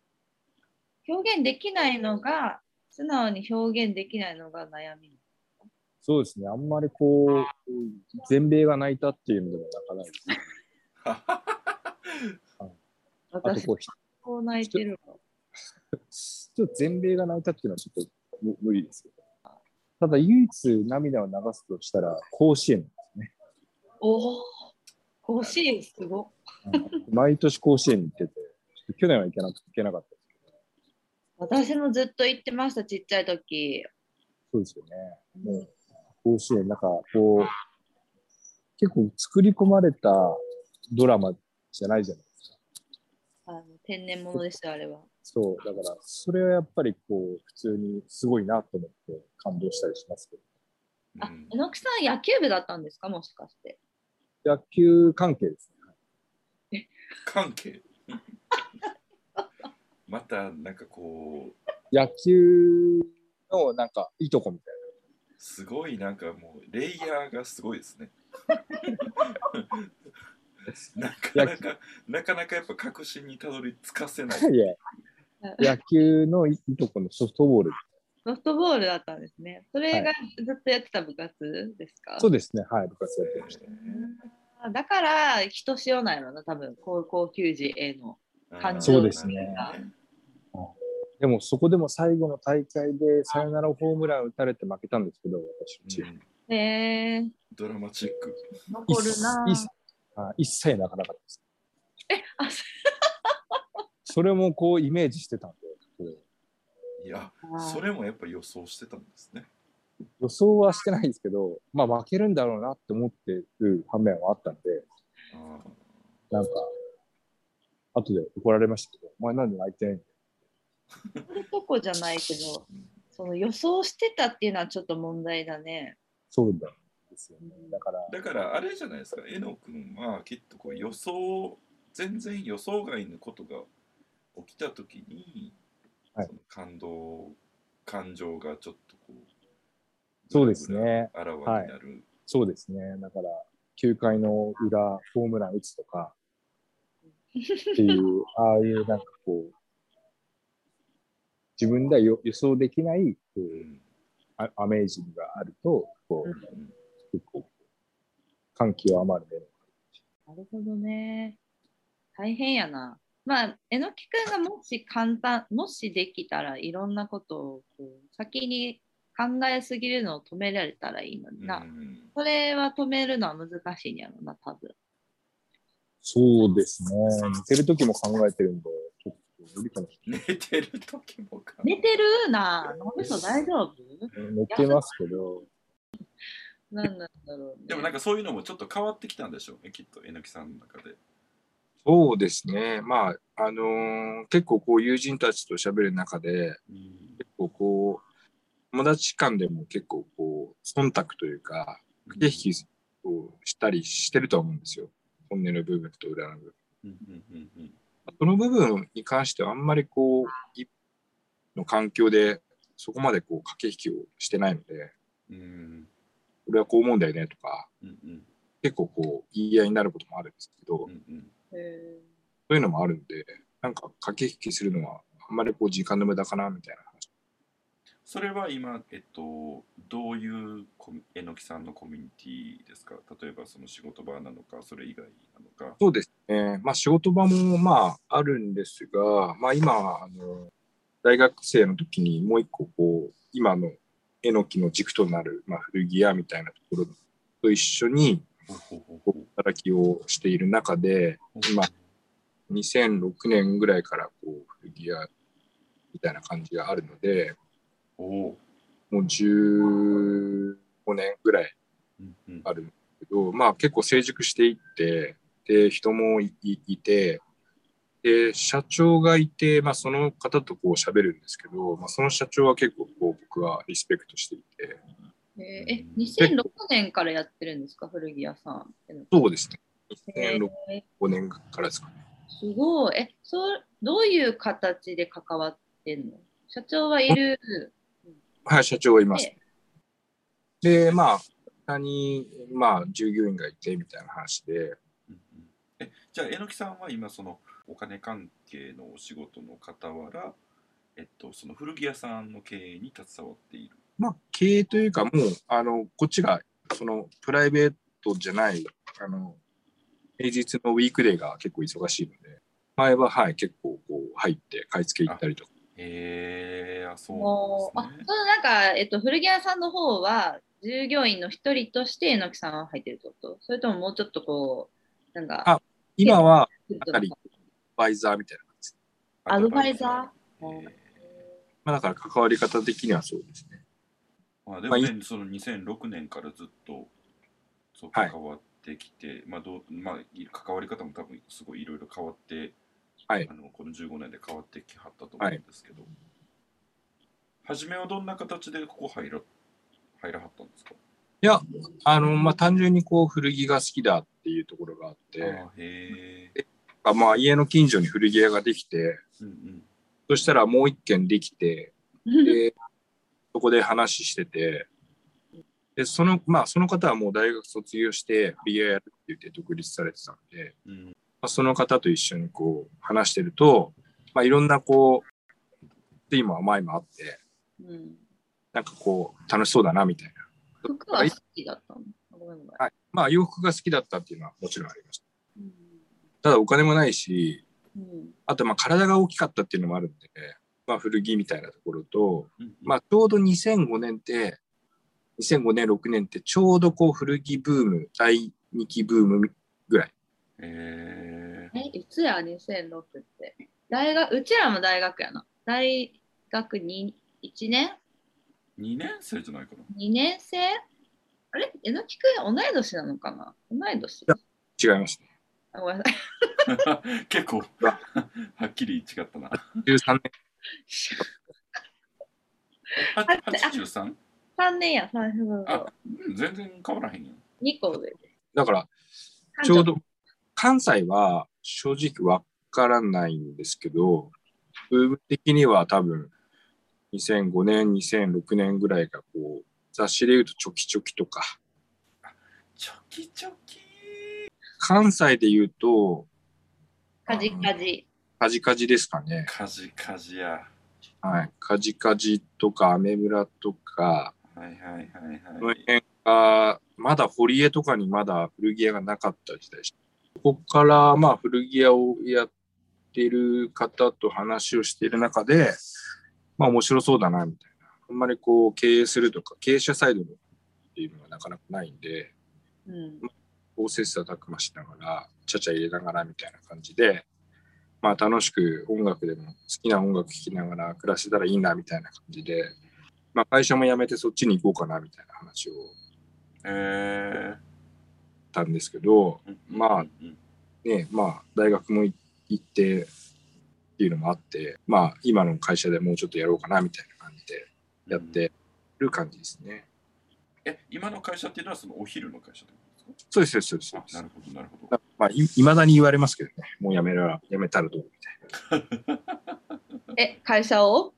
Speaker 2: 表現できないのが、素直に表現できないのが悩み。
Speaker 5: そうですね。あんまりこう、全米が泣いたっていうのでも泣かないです。あと
Speaker 2: 私、
Speaker 5: こう、
Speaker 2: こう泣いてるわ
Speaker 5: ちょっと全米が泣いたっていうのはちょっとむ無理ですけど。ただ唯一涙を流すとしたら甲子園。
Speaker 2: おお、甲子園すごい。
Speaker 5: 毎年甲子園に行ってて、ちょっと去年は行けな行けなかったですけど。
Speaker 2: 私もずっと言ってました、ちっちゃい時。
Speaker 5: そうですよね。もう甲子園、なんかこう、結構作り込まれたドラマじゃないじゃないですか。
Speaker 2: あの天然物ですよ、あれは。
Speaker 5: そう、だからそれはやっぱりこう、普通にすごいなと思って感動したりしますけど。
Speaker 2: あ
Speaker 1: うん、
Speaker 2: えのきさん、野球部だったんですか、もしかして。
Speaker 5: 野球関係ですね。
Speaker 1: 関係 またなんかこう
Speaker 5: 野球のなんかいとこみたいな。
Speaker 1: すごいなんかもうレイヤーがすごいですねなかなかなかなかやっぱ確信にたどり着かせない
Speaker 5: いや、野球のいいとこのソフトボール。
Speaker 2: ソフトボールだったんですね。それがずっとやってた部活ですか、
Speaker 5: そうですね、はい、部活やってました。
Speaker 2: あだから、人知らないのな、多分高校球児への。 感
Speaker 5: 情
Speaker 1: 情
Speaker 5: そうですね
Speaker 2: が
Speaker 5: でも、そこでも最後の大会でサヨナラホームラン打たれて負けたんですけど、私のチーム。
Speaker 2: へえー、
Speaker 1: ドラマチック
Speaker 2: 残るな。
Speaker 5: 一切あ一切泣かなかったです。
Speaker 2: あそ
Speaker 5: それもこうイメージしてたんで、こう
Speaker 1: いや
Speaker 2: あー
Speaker 1: それもやっぱ予想してたんですね
Speaker 5: 予想はしてないんですけど、まあ負けるんだろうなって思ってる反面はあったんで、
Speaker 1: あー
Speaker 5: なんか、後で怒られましたけど、お前なんで泣いてないんだよ
Speaker 2: そういうとこじゃないけど、その予想してたっていうのはちょっと問題だね。
Speaker 5: そうだんですよね。だから、
Speaker 1: だからあれじゃないですか、えのくんはきっとこう予想、全然予想外のことが起きたときに、
Speaker 5: はい
Speaker 1: その感動、感情がちょっとこう、
Speaker 5: そうですね。
Speaker 1: あらわになる。
Speaker 5: そうですね。だから、9回の裏、ホームラン打つとか、っていう、ああいうなんかこう、自分ではよ予想できないこ
Speaker 1: う
Speaker 5: うんあアメージングがあると、こう、
Speaker 1: うん
Speaker 5: 結構、感極まるね。
Speaker 2: なるほどね。大変やな。まあ、えのきくんがもし簡単、もしできたらいろんなことをこう先に考えすぎるのを止められたらいいのにな。
Speaker 1: うん
Speaker 2: それは止めるのは難しいんやろな、多分。
Speaker 5: そうですね。寝てる時も考えてるんで、ちょっと無理かもし
Speaker 1: 寝てる時もか。
Speaker 2: 寝てるな。脳みそ大丈夫
Speaker 5: れない。寝てますけど、
Speaker 2: なんなんだろう、ね。
Speaker 1: でもなんかそういうのもちょっと変わってきたんでしょうね、きっと、えのきさんの中で。
Speaker 3: そうですね。まあ、あのー結構こう友人たちと喋る中で、
Speaker 1: うん
Speaker 3: 結構こう、友達間でも結構こう、忖度というか、駆け引きをしたりしてるとは思うんですよ。本音の部分と裏の部分。
Speaker 1: うんうんうんうん
Speaker 3: その部分に関してはあんまりこう、一の環境でそこまでこう、駆け引きをしてないので、
Speaker 1: うん
Speaker 3: 俺はこう思うんだよねとか、
Speaker 1: うんうん
Speaker 3: 結構こう、言い合いになることもあるんですけど、
Speaker 1: うんうん
Speaker 2: へ
Speaker 3: そういうのもあるんで、なんか駆け引きするのは、あんまりこう時間の無駄かなみたいな話。
Speaker 1: それは今、えっと、どういうコミえのきさんのコミュニティですか例えばその仕事場なのか、それ以外なのか。
Speaker 3: そうですね。まあ仕事場もまああるんですが、まあ今、あの、大学生の時にもう一個こう、今のえのきの軸となる、まあ、古着屋みたいなところと一緒に
Speaker 1: ほうほうほうほ
Speaker 3: こう働きをしている中で、今2006年ぐらいからこう古着屋みたいな感じがあるので、
Speaker 1: おお
Speaker 3: もう15年ぐらい
Speaker 1: うんうん
Speaker 3: あるんだけど、まあ、結構成熟していってで人もいいいてで社長がいて、まあ、その方とこう喋るんですけど、まあ、その社長は結構こう僕はリスペクトしていて
Speaker 2: えーえ、2006年からやってるんですか、古着屋さん。
Speaker 3: そうですね
Speaker 2: え
Speaker 3: 2006
Speaker 2: ー
Speaker 3: 5年からですかね
Speaker 2: すごい。え、そう、どういう形で関わってんの社長はいる。
Speaker 3: はい社長はいます
Speaker 2: で
Speaker 3: でまあ他にまあ従業員がいてみたいな話で
Speaker 1: うんうんえじゃあ、えのきさんは今、そのお金関係のお仕事の傍ら、えっと、その古着屋さんの経営に携わっている。
Speaker 3: まあ経営というかもうあのこっちがそのプライベートじゃないあの平日のウィークデーが結構忙しいので前ははい結構こう入って買い付け行ったりとか
Speaker 1: へえあ、そう
Speaker 2: もう、
Speaker 1: なん、
Speaker 2: あ
Speaker 1: ですね。
Speaker 2: そう、なんか、えっと、古着屋さんの方は、従業員の一人として、えのきさんは入ってるってことそれとももうちょっとこう、なんか、
Speaker 3: あ今は
Speaker 2: ちょっと
Speaker 3: あたりバイザーみたいな感じです、
Speaker 2: アドバイザー
Speaker 1: へえ
Speaker 3: まあ、だから関わり方的にはそうですね
Speaker 1: まあ、で
Speaker 3: ま
Speaker 1: も
Speaker 3: あい
Speaker 1: ね、その2006年からずっとそう
Speaker 3: はい
Speaker 1: 関わってきて、まあどうまあ、い関わり方も多分すごいいろいろ変わって、
Speaker 3: はい
Speaker 1: あのこの15年で変わってきはったと思うんですけど、初めはどんな形でここ入ら入らはったんですか、
Speaker 3: あのまあ単純にこう古着が好きだっていうところがあって
Speaker 1: あーへえ、
Speaker 3: あまあ家の近所に古着屋ができて
Speaker 1: うんうん、
Speaker 3: そしたらもう一軒できて
Speaker 2: うん
Speaker 3: で、そこで話してて、で、その、まあ、その方はもう大学卒業して、ビアやるって言って独立されてたんで、
Speaker 1: うん
Speaker 3: まあ、その方と一緒にこう、話してると、まあ、いろんなこう、今は前もあって、
Speaker 2: うん
Speaker 3: なんかこう、楽しそうだな、みたいな。
Speaker 2: 服は好きだったのあごめんごめん
Speaker 3: はい。まあ、洋服が好きだったっていうのはもちろんありました。
Speaker 2: う
Speaker 3: ただ、お金もないし、
Speaker 2: んうん
Speaker 3: あと、まあ、体が大きかったっていうのもあるんで、まあ、古着みたいなところと、
Speaker 1: うんうん
Speaker 3: まあ、ちょうど2005年って、2005年、6年って、ちょうどこう古着ブーム、第2期ブームぐらい。
Speaker 1: へえ
Speaker 2: え、いつや、2006って。大学、うちらも大学やな。大学に1年
Speaker 1: 2年生じゃないかな
Speaker 2: ?2 年生あれえのきくん同い年なのかな同い年
Speaker 3: や違いますね。
Speaker 2: あごめんなさい。
Speaker 1: 結構
Speaker 3: うわ
Speaker 1: はっきり違ったな
Speaker 3: 13年。
Speaker 1: は
Speaker 2: あ
Speaker 1: 83
Speaker 2: 3年や、3年そうそうそう
Speaker 1: あうん全然変わらへんよ
Speaker 2: 2個上。
Speaker 3: だから、ちょうど、関西は正直わからないんですけど、ブーム的には多分、2005年、2006年ぐらいがこう、雑誌で言うとチョキチョキとか、
Speaker 1: チョキチョキ
Speaker 3: 関西で言うと、
Speaker 2: カジカジ。
Speaker 3: カジカジですかね。
Speaker 1: カジカジや。
Speaker 3: はい。カジカジとか、アメ村とか、
Speaker 1: はいはいはい
Speaker 3: この
Speaker 1: はい。
Speaker 3: 辺がまだ堀江とかにまだ古着屋がなかった時代でしたここからまあ古着屋をやってる方と話をしている中で、まあ面白そうだなみたいな。あんまりこう経営するとか経営者サイドのっていうのがなかなかないんで、
Speaker 2: うん。
Speaker 3: こう切磋琢磨しながら、ちゃちゃ入れながらみたいな感じで、まあ楽しく音楽でも好きな音楽聴きながら暮らせたらいいなみたいな感じで、まあ会社も辞めてそっちに行こうかなみたいな話を
Speaker 1: え
Speaker 3: ったんですけど、
Speaker 1: ー、
Speaker 3: まあ
Speaker 1: うんうん
Speaker 3: ねまあ、大学も行ってっていうのもあって、まあ、今の会社でもうちょっとやろうかなみたいな感じでやっ。てる感じですね。
Speaker 1: え、今の会社っていうのはそのお昼の会社ってことです
Speaker 3: そうですそうですそう
Speaker 1: か
Speaker 3: で
Speaker 1: あな
Speaker 3: す
Speaker 1: る。ほど、なるほど。
Speaker 3: だまあ、いまだに言われますけどね、もうやめらやめたらどうみたいな。
Speaker 2: え、会社を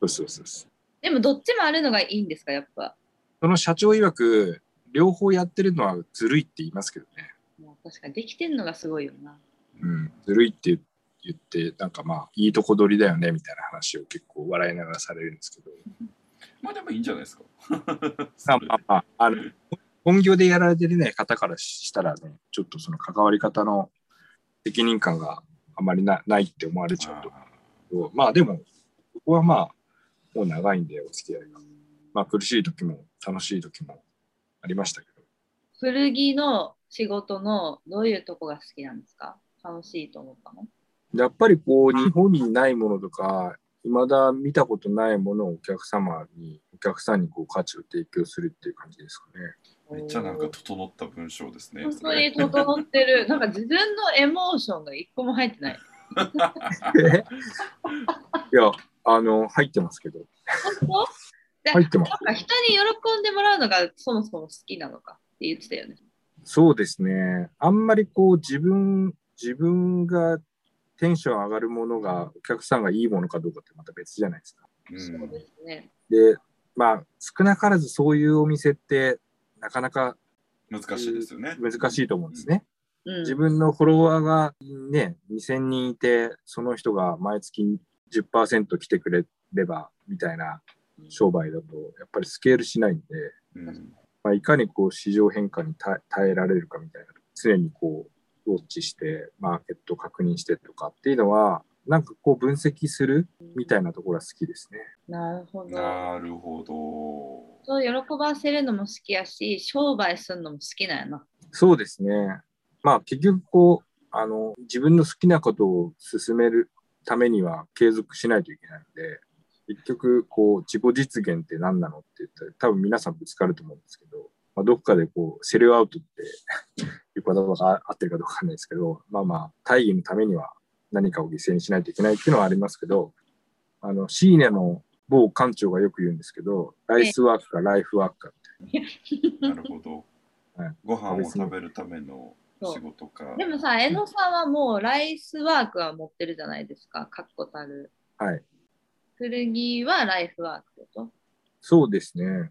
Speaker 3: そうですそうですそうです。
Speaker 2: でもどっちもあるのがいいんですか、やっぱ。
Speaker 3: その社長曰く、両方やってるのはずるいって言いますけどね。
Speaker 2: もう確かにできてんのがすごいよな。
Speaker 3: うん、ずるいって言って、なんかまあ、いいとこ取りだよねみたいな話を結構笑いながらされるんですけど。
Speaker 1: まあでもいいんじゃないです か。
Speaker 3: ま
Speaker 1: そ
Speaker 3: あ
Speaker 1: れ
Speaker 3: まあまあ、あの、本業でやられてない方からしたらね、ちょっとその関わり方の責任感があまりなないって思われちゃうと。
Speaker 1: あ
Speaker 3: まあでも、ここはまあ、もう長いんでお付き合いが。まあ苦しい時も楽しい時もありましたけど、
Speaker 2: 古着の仕事のどういうとこが好きなんですか楽しいと思ったの
Speaker 3: やっぱりこう、日本にないものとか、未だ見たことないものをお客様に、お客さんにこう価値を提供するっていう感じですかね。
Speaker 1: ーめっちゃなんか整った文章ですね。
Speaker 2: 本
Speaker 1: そ
Speaker 2: 当
Speaker 1: れ
Speaker 2: に整ってる。なんか自分のエモーションが一個も入ってない。
Speaker 3: いや、あの、入ってますけど。
Speaker 2: 本当じゃあ
Speaker 3: 入ってます
Speaker 2: なんか人に喜んでもらうのがそもそも好きなのかって言ってたよね。
Speaker 3: そうですね。あんまりこう、自分、自分がテンション上がるものが、お客さんがいいものかどうかってまた別じゃないですか。
Speaker 2: そうですね。
Speaker 3: で、まあ、少なからずそういうお店って、なかなか
Speaker 1: 難しいですよね。
Speaker 3: 難しいと思うんですね。
Speaker 2: うん、
Speaker 3: 自分のフォロワーがね、2000人いて、その人が毎月10%来てくれれば、みたいな商売だと、やっぱりスケールしないんで、
Speaker 1: うん
Speaker 3: まあ、いかにこう市場変化に耐え耐えられるかみたいな、常にこう、ウォッチして、マーケット確認してとかっていうのは、なんかこう分析するみたいなところは好きですね。
Speaker 2: なるほど。
Speaker 1: なるほど。
Speaker 2: そう喜ばせるのも好きやし、商売するのも好きなんやな。
Speaker 3: そうですね。まあ結局こう、あの、自分の好きなことを進めるためには継続しないといけないので、結局こう、自己実現って何なのって言ったら、多分皆さんぶつかると思うんですけど、まあ、どっかでこう、セルアウトって いう言葉が合ってるかどうかわかんないですけど、まあまあ、大義のためには何かを犠牲にしないといけないっていうのはありますけど、あの、シーネの某館長がよく言うんですけど、ライスワークかライフワークか
Speaker 1: なるほど
Speaker 3: はい。
Speaker 1: ご飯を食べるための仕事か。
Speaker 2: でもさ、江野さんはもうライスワークは持ってるじゃないですか、かっこたる。
Speaker 3: はい。
Speaker 2: 古着はライフワークと。
Speaker 3: そうですね。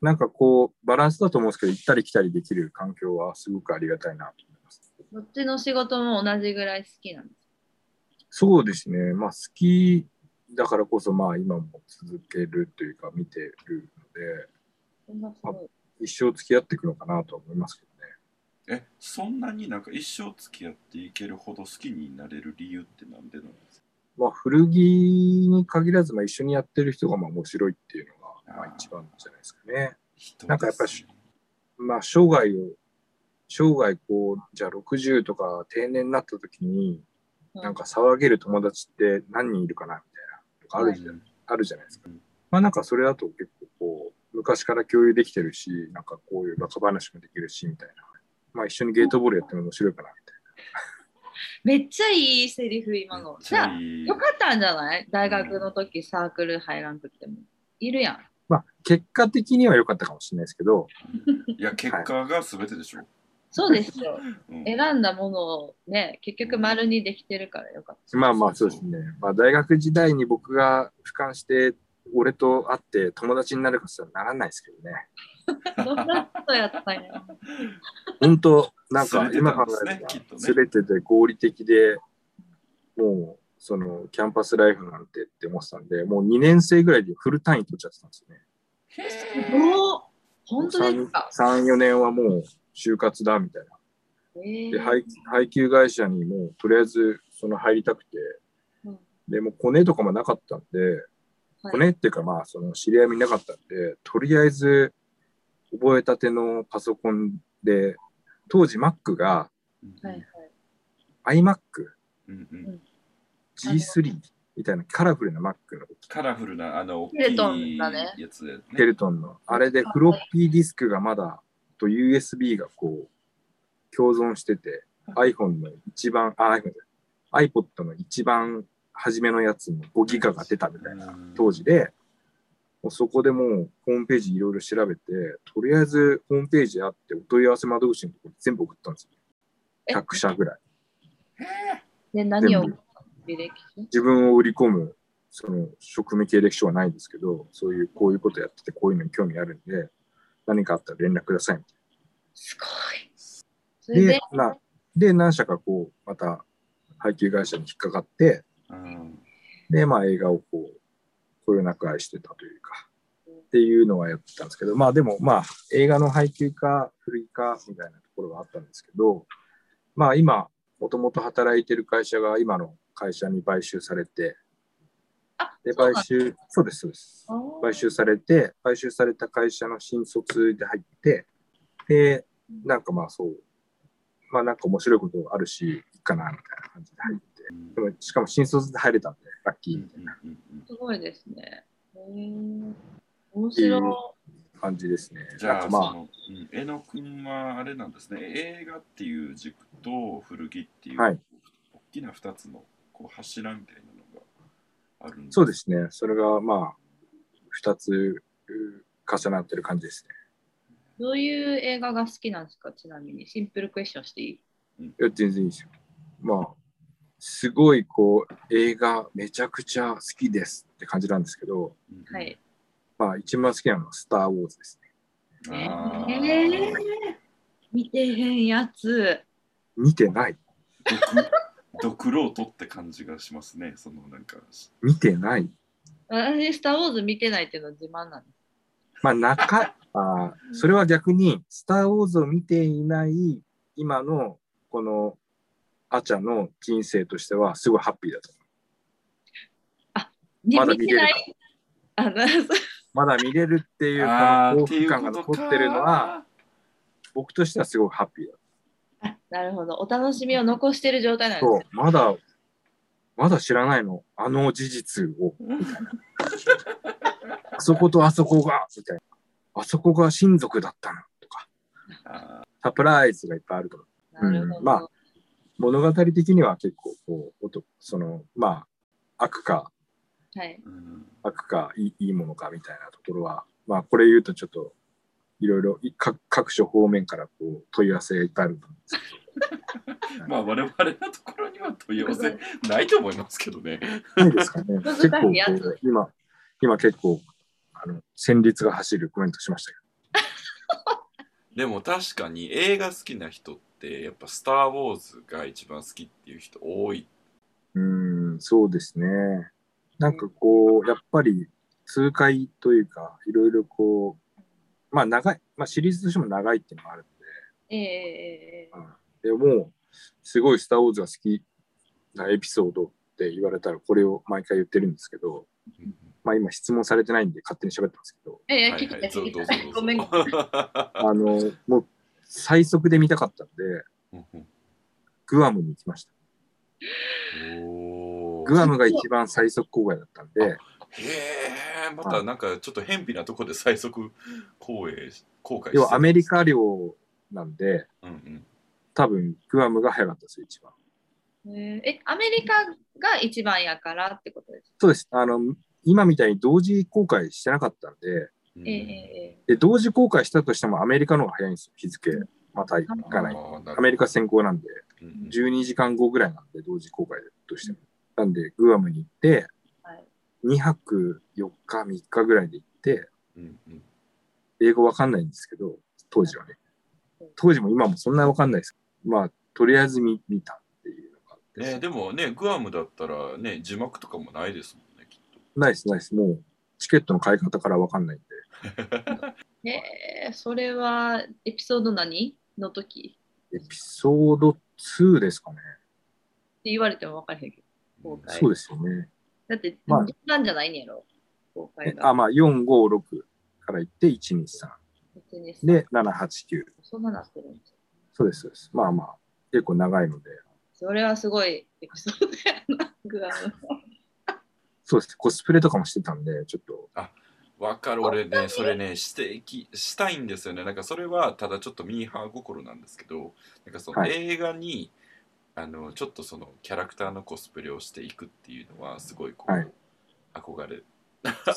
Speaker 3: なんかこう、バランスだと思うんですけど、行ったり来たりできる環境はすごくありがたいなと思います。
Speaker 2: どっちの仕事も同じぐらい好きなんです。
Speaker 3: そうですね。まあ、好きだからこそ、まあ、今も続けるというか、見てるので、
Speaker 2: そんなすごい。
Speaker 3: 一生付き合っていくのかなとは思いますけどね。
Speaker 1: え、そんなになんか一生付き合っていけるほど好きになれる理由ってなんでなんですか
Speaker 3: まあ、古着に限らず、まあ、一緒にやってる人がまあ面白いっていうのが、まあ、一番じゃないですかね。
Speaker 1: 人
Speaker 3: なんかやっぱ
Speaker 1: ですね
Speaker 3: まあ、生涯を、生涯こう、じゃあ60とか定年になった時に、なんか騒げる友達って何人いるかなみたいなのがあるじゃ,、あるじゃないですか
Speaker 1: うん。
Speaker 3: まあなんかそれだと結構こう昔から共有できてるし、なんかこういうバカ話もできるしみたいな。まあ一緒にゲートボールやっても面白いかなみたい
Speaker 2: めっちゃいいセリフ今の。じゃあ、よかったんじゃない大学の時サークル入らんくても。いるやん。
Speaker 3: な。まあ結果的には良かったかもしれないですけど、
Speaker 1: いや、結果が全てでしょ。
Speaker 2: そうですよ。
Speaker 1: うん
Speaker 2: 選んだものをね、結局丸にできてるからよかっ
Speaker 3: まあまあそうですね。まあ大学時代に僕が俯瞰して、俺と会って友達になるかすらならないですけどね。
Speaker 2: た。 どんなことやったんや。
Speaker 3: 本当なんか
Speaker 1: すれて
Speaker 3: 今
Speaker 1: た
Speaker 3: 考
Speaker 1: んです
Speaker 3: え
Speaker 1: ね
Speaker 3: る
Speaker 1: きっと
Speaker 3: と
Speaker 1: ね
Speaker 3: すべてで合理的でもうそのキャンパスライフなんてって思ってたんでもう2年生ぐらいでフル単位取っちゃってたんですよね。
Speaker 2: おー本当ですか。
Speaker 3: 34年はもう就活だみたいな。
Speaker 2: えー
Speaker 3: で配配給会社にもうとりあえずその入りたくて
Speaker 2: うん
Speaker 3: でもうコネとかもなかったんで
Speaker 2: はい
Speaker 3: コネっていうかまあその知り合いもいなかったんでとりあえず覚えたてのパソコンで当時 Mac が
Speaker 1: うん
Speaker 2: はいはい。
Speaker 3: iMac
Speaker 1: うんうん
Speaker 3: G3 みたいなカラフルな Mac の
Speaker 1: カラフルな、あの、
Speaker 2: テレト
Speaker 1: 大
Speaker 2: ン
Speaker 1: きい
Speaker 2: だね
Speaker 1: やつだよね。
Speaker 3: ケルトンのあれでフロッピーディスクがまだと USB がこう共存してて iPhone の一番あ iPhone じゃない iPod の一番初めのやつの5ギガが出たみたいな
Speaker 1: うん
Speaker 3: 当時でもうそこでもうホームページいろいろ調べてとりあえずホームページあってお問い合わせ窓口のところに全部送ったんです
Speaker 2: え
Speaker 3: よ100社ぐらい
Speaker 2: で、
Speaker 3: 全
Speaker 2: 何を
Speaker 3: 部
Speaker 2: 履歴書
Speaker 3: 自分を売り込む、その、職務経歴書はないですけど、そういう、こういうことやってて、こういうのに興味あるんで、何かあったら連絡くださいみた
Speaker 2: すごい。そ
Speaker 3: い
Speaker 2: れ
Speaker 3: な。
Speaker 2: で
Speaker 3: で、、なで何社かこう、また、配給会社に引っかかって、
Speaker 1: うん
Speaker 3: で、まあ、映画をこう、こよなく愛してたというか、っていうのはやってたんですけど、まあ、でも、まあ、映画の配給か、古着か、みたいなところはあったんですけど、まあ、今、もともと働いてる会社が、今の会社に買収されて、
Speaker 2: あ
Speaker 3: で、買収、そうです、そうです。買収されて、買収された会社の新卒で入って、で、なんかまあそう、まあなんか面白いことあるし、いいかな、みたいな感じで入って、でもしかも新卒で入れたんで、ラッキーみたいな
Speaker 1: うんうん
Speaker 2: すごいですね。へー面白い。
Speaker 3: 感じですね。
Speaker 1: じゃ
Speaker 3: なん
Speaker 1: あ、
Speaker 3: かま
Speaker 1: そ
Speaker 3: あ、
Speaker 1: の、うん、江野くんはあれなんですね、映画っていう軸と古着っていう、
Speaker 3: はい
Speaker 1: きな2つのこう柱みたいなのがあるん
Speaker 3: そうですね。それが、まあ、二つう重なってる感じですね。
Speaker 2: どういう映画が好きなんですかちなみにシンプルクエスチョンしていい
Speaker 3: いや、全然いいですよ。まあ、すごい、こう、映画めちゃくちゃ好きですって感じなんですけど、
Speaker 1: うん
Speaker 2: は。い。
Speaker 3: まあ、一番好きなのはスター・ウォーズですね。
Speaker 2: え
Speaker 1: あー
Speaker 2: ー、見てへんやつ。
Speaker 3: 見てない
Speaker 1: ドクロートって感じがしますね。そのなんか、
Speaker 3: 見てない
Speaker 2: 私、スター・ウォーズ見てないっていうのは自慢なんで
Speaker 3: まあ、中、あーそれは逆に、スター・ウォーズを見ていない、今の、この、あちゃの人生としては、すごいハッピーだと思う。
Speaker 2: す。
Speaker 3: まだ
Speaker 2: で
Speaker 3: 見れる
Speaker 2: ないあのそう
Speaker 3: まだ見れるっていう、こ
Speaker 1: あー
Speaker 3: の幸福感が残ってるのは、、僕としてはすごいハッピーだ。
Speaker 2: あなるほど。お楽しみを残してる状態なんです
Speaker 3: そう
Speaker 2: ね。、
Speaker 3: まだ、まだ知らないの、あの事実を。あそことあそこが、みたいな。あそこが親族だったの、とか。サプライズがいっぱいあると思う。
Speaker 2: なるほど。
Speaker 3: うんまあ物語的には結構、こう、おとその、まあ、悪か、
Speaker 2: はい。
Speaker 1: う
Speaker 3: 悪かいい、いいものか、みたいなところは、まあ、これ言うとちょっと、いろいろい各各所方面からこう問い合わせがいっぱいあると思うんですけど。
Speaker 1: んまあ、我々のところには問い合わせないと思いますけどね。
Speaker 3: ないです かね。
Speaker 2: 難し
Speaker 3: 結
Speaker 2: い
Speaker 3: 構こ
Speaker 2: やつ
Speaker 3: う、今、今結構、あの、戦慄が走るコメントしましたけ
Speaker 1: でも確かに映画好きな人って、やっぱスター・ウォーズが一番好きっていう人多い。
Speaker 3: ど。うーん、そうですね。なんかこう、やっぱり、痛快というか、いろいろこう、まあ長い、まあシリーズとしても長いっていうのがあるん
Speaker 2: ええええええ
Speaker 3: で、うん、でもう、すごいスター・ウォーズが好きなエピソードって言われたら、これを毎回言ってるんですけど、まあ今質問されてないんで勝手に喋ってますけど、
Speaker 2: ええ
Speaker 1: はい
Speaker 2: 聞き
Speaker 1: は
Speaker 2: た
Speaker 1: い
Speaker 2: い聞き
Speaker 1: どうぞ
Speaker 2: た
Speaker 1: どう
Speaker 2: い。
Speaker 1: ぞ
Speaker 2: ごめん。
Speaker 3: あの、もう最速で見たかったんで、グアムに行きました。
Speaker 1: おー
Speaker 3: グアムが一番最速公開だったんで、
Speaker 1: へえ、またなんかちょっと偏僻なとこで最速公演公開して
Speaker 3: 要はアメリカ領なんで、
Speaker 1: うんうん。
Speaker 3: 多分グアムが早かったですよ、一番。
Speaker 2: えええ、アメリカが一番やからってことです。
Speaker 3: そうです。あの、今みたいに同時公開してなかったんで、
Speaker 1: うん
Speaker 2: えええええ
Speaker 3: で同時公開したとしてもアメリカの方が早いんですよ、日付。また行かな
Speaker 1: あーなる
Speaker 3: い。
Speaker 1: ほど
Speaker 3: アメリカ先行なんで、
Speaker 1: うんうん
Speaker 3: 12時間後ぐらいなんで、同時公開としても。なんで、グアムに行って、
Speaker 2: はい
Speaker 3: 2泊4日、3日ぐらいで行って、
Speaker 1: うんうん
Speaker 3: 英語わかんないんですけど、当時はね
Speaker 2: はい。
Speaker 3: 当時も今もそんなわかんないです。まあ、とりあえず見見たっていうのがあって。
Speaker 1: ね、でもね、グアムだったらね、字幕とかもないですもんね、きっ
Speaker 3: ないです、ないです。もう、チケットの買い方からわかんないんで。
Speaker 2: え。ええそれはエピソード何の時
Speaker 3: エピソード2ですかね。
Speaker 2: って言われても分からへんけど。公
Speaker 1: と。
Speaker 2: 開はい
Speaker 3: そうですよね。
Speaker 2: だって、
Speaker 3: まあ
Speaker 2: 時間じゃないんやろ。公開
Speaker 3: あ、
Speaker 2: が。
Speaker 3: まあ、4、5、6から行って、1、2、3。
Speaker 2: 別に
Speaker 3: で、7、8、9。
Speaker 2: そんななってるんですよ。
Speaker 3: そうです、そうです。まあまあ、結構長いので。
Speaker 2: それはすごいエピソードやな、グアム。
Speaker 3: そうです。コスプレとかもしてたんで、ちょっと。
Speaker 1: わかる、俺ね、それね、指摘したいんですよね。なんかそれは、ただちょっとミーハー心なんですけど、なんかその
Speaker 3: はい
Speaker 1: 映画に、あの、ちょっとそのキャラクターのコスプレをしていくっていうのは、すごいこう、
Speaker 3: はい
Speaker 1: 憧 れ。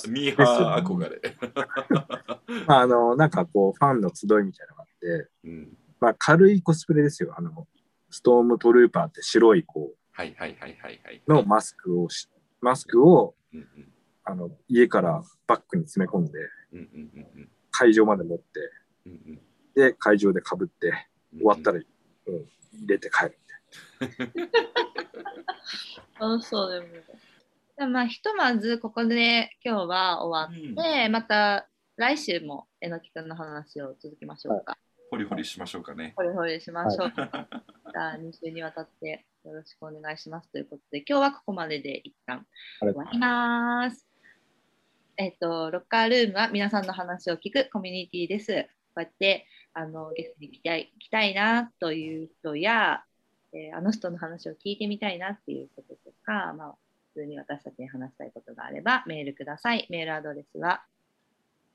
Speaker 1: ミーハー憧れ。
Speaker 3: まあ、あの、なんかこう、ファンの集いみたいなのがあって、
Speaker 1: うん。
Speaker 3: まあ、軽いコスプレですよ。あの、ストームトルーパーって白い子
Speaker 1: はいはいはいはいはい。
Speaker 3: のマスクをし、マスクを、
Speaker 1: うんうん
Speaker 3: あの、家からバッグに詰め込んで、
Speaker 1: うんうんうんうん
Speaker 3: 会場まで持って、
Speaker 1: うんうん
Speaker 3: で、会場で被って、
Speaker 1: うん
Speaker 3: 終わったら、うん、入れて帰る。
Speaker 2: 楽しそうでも。じゃあまあ、ひとまずここで今日は終わ
Speaker 1: うん
Speaker 2: って、また来週もえのきくんの話を続けましょうか。
Speaker 1: ホリホリしましょうかね。
Speaker 2: ほりほりしましょう。また2週にわたってよろしくお願いしますということで、今日はここまでで一旦終わります。えっと、ロッカールームは皆さんの話を聞くコミュニティです。こうやってあのゲストに来たい来たいなという人や、えーあの人の話を聞いてみたいなっていうこととか、まあ、普通に私たちに話したいことがあればメールください。メールアドレスは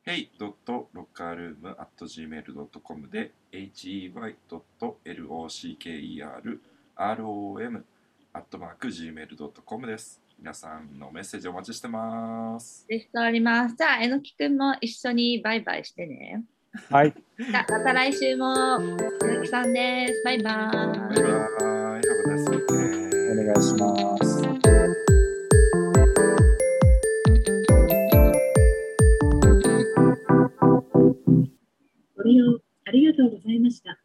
Speaker 1: hey.lockerroom.gmail.com で hey.lockerroom アットマーク gmail.com です。皆さんのメッセージお待ちしてます。
Speaker 2: レストあります。じゃあ、えのきくんも一緒にバイバイしてね。
Speaker 5: はい。
Speaker 2: じゃあ、また来週も、えのきさんです。バイバ
Speaker 1: バ
Speaker 2: ー
Speaker 1: イ。
Speaker 2: イ
Speaker 1: バイ。Have a nice weekend.
Speaker 5: お願いします。
Speaker 4: ご利用ありがとうございました。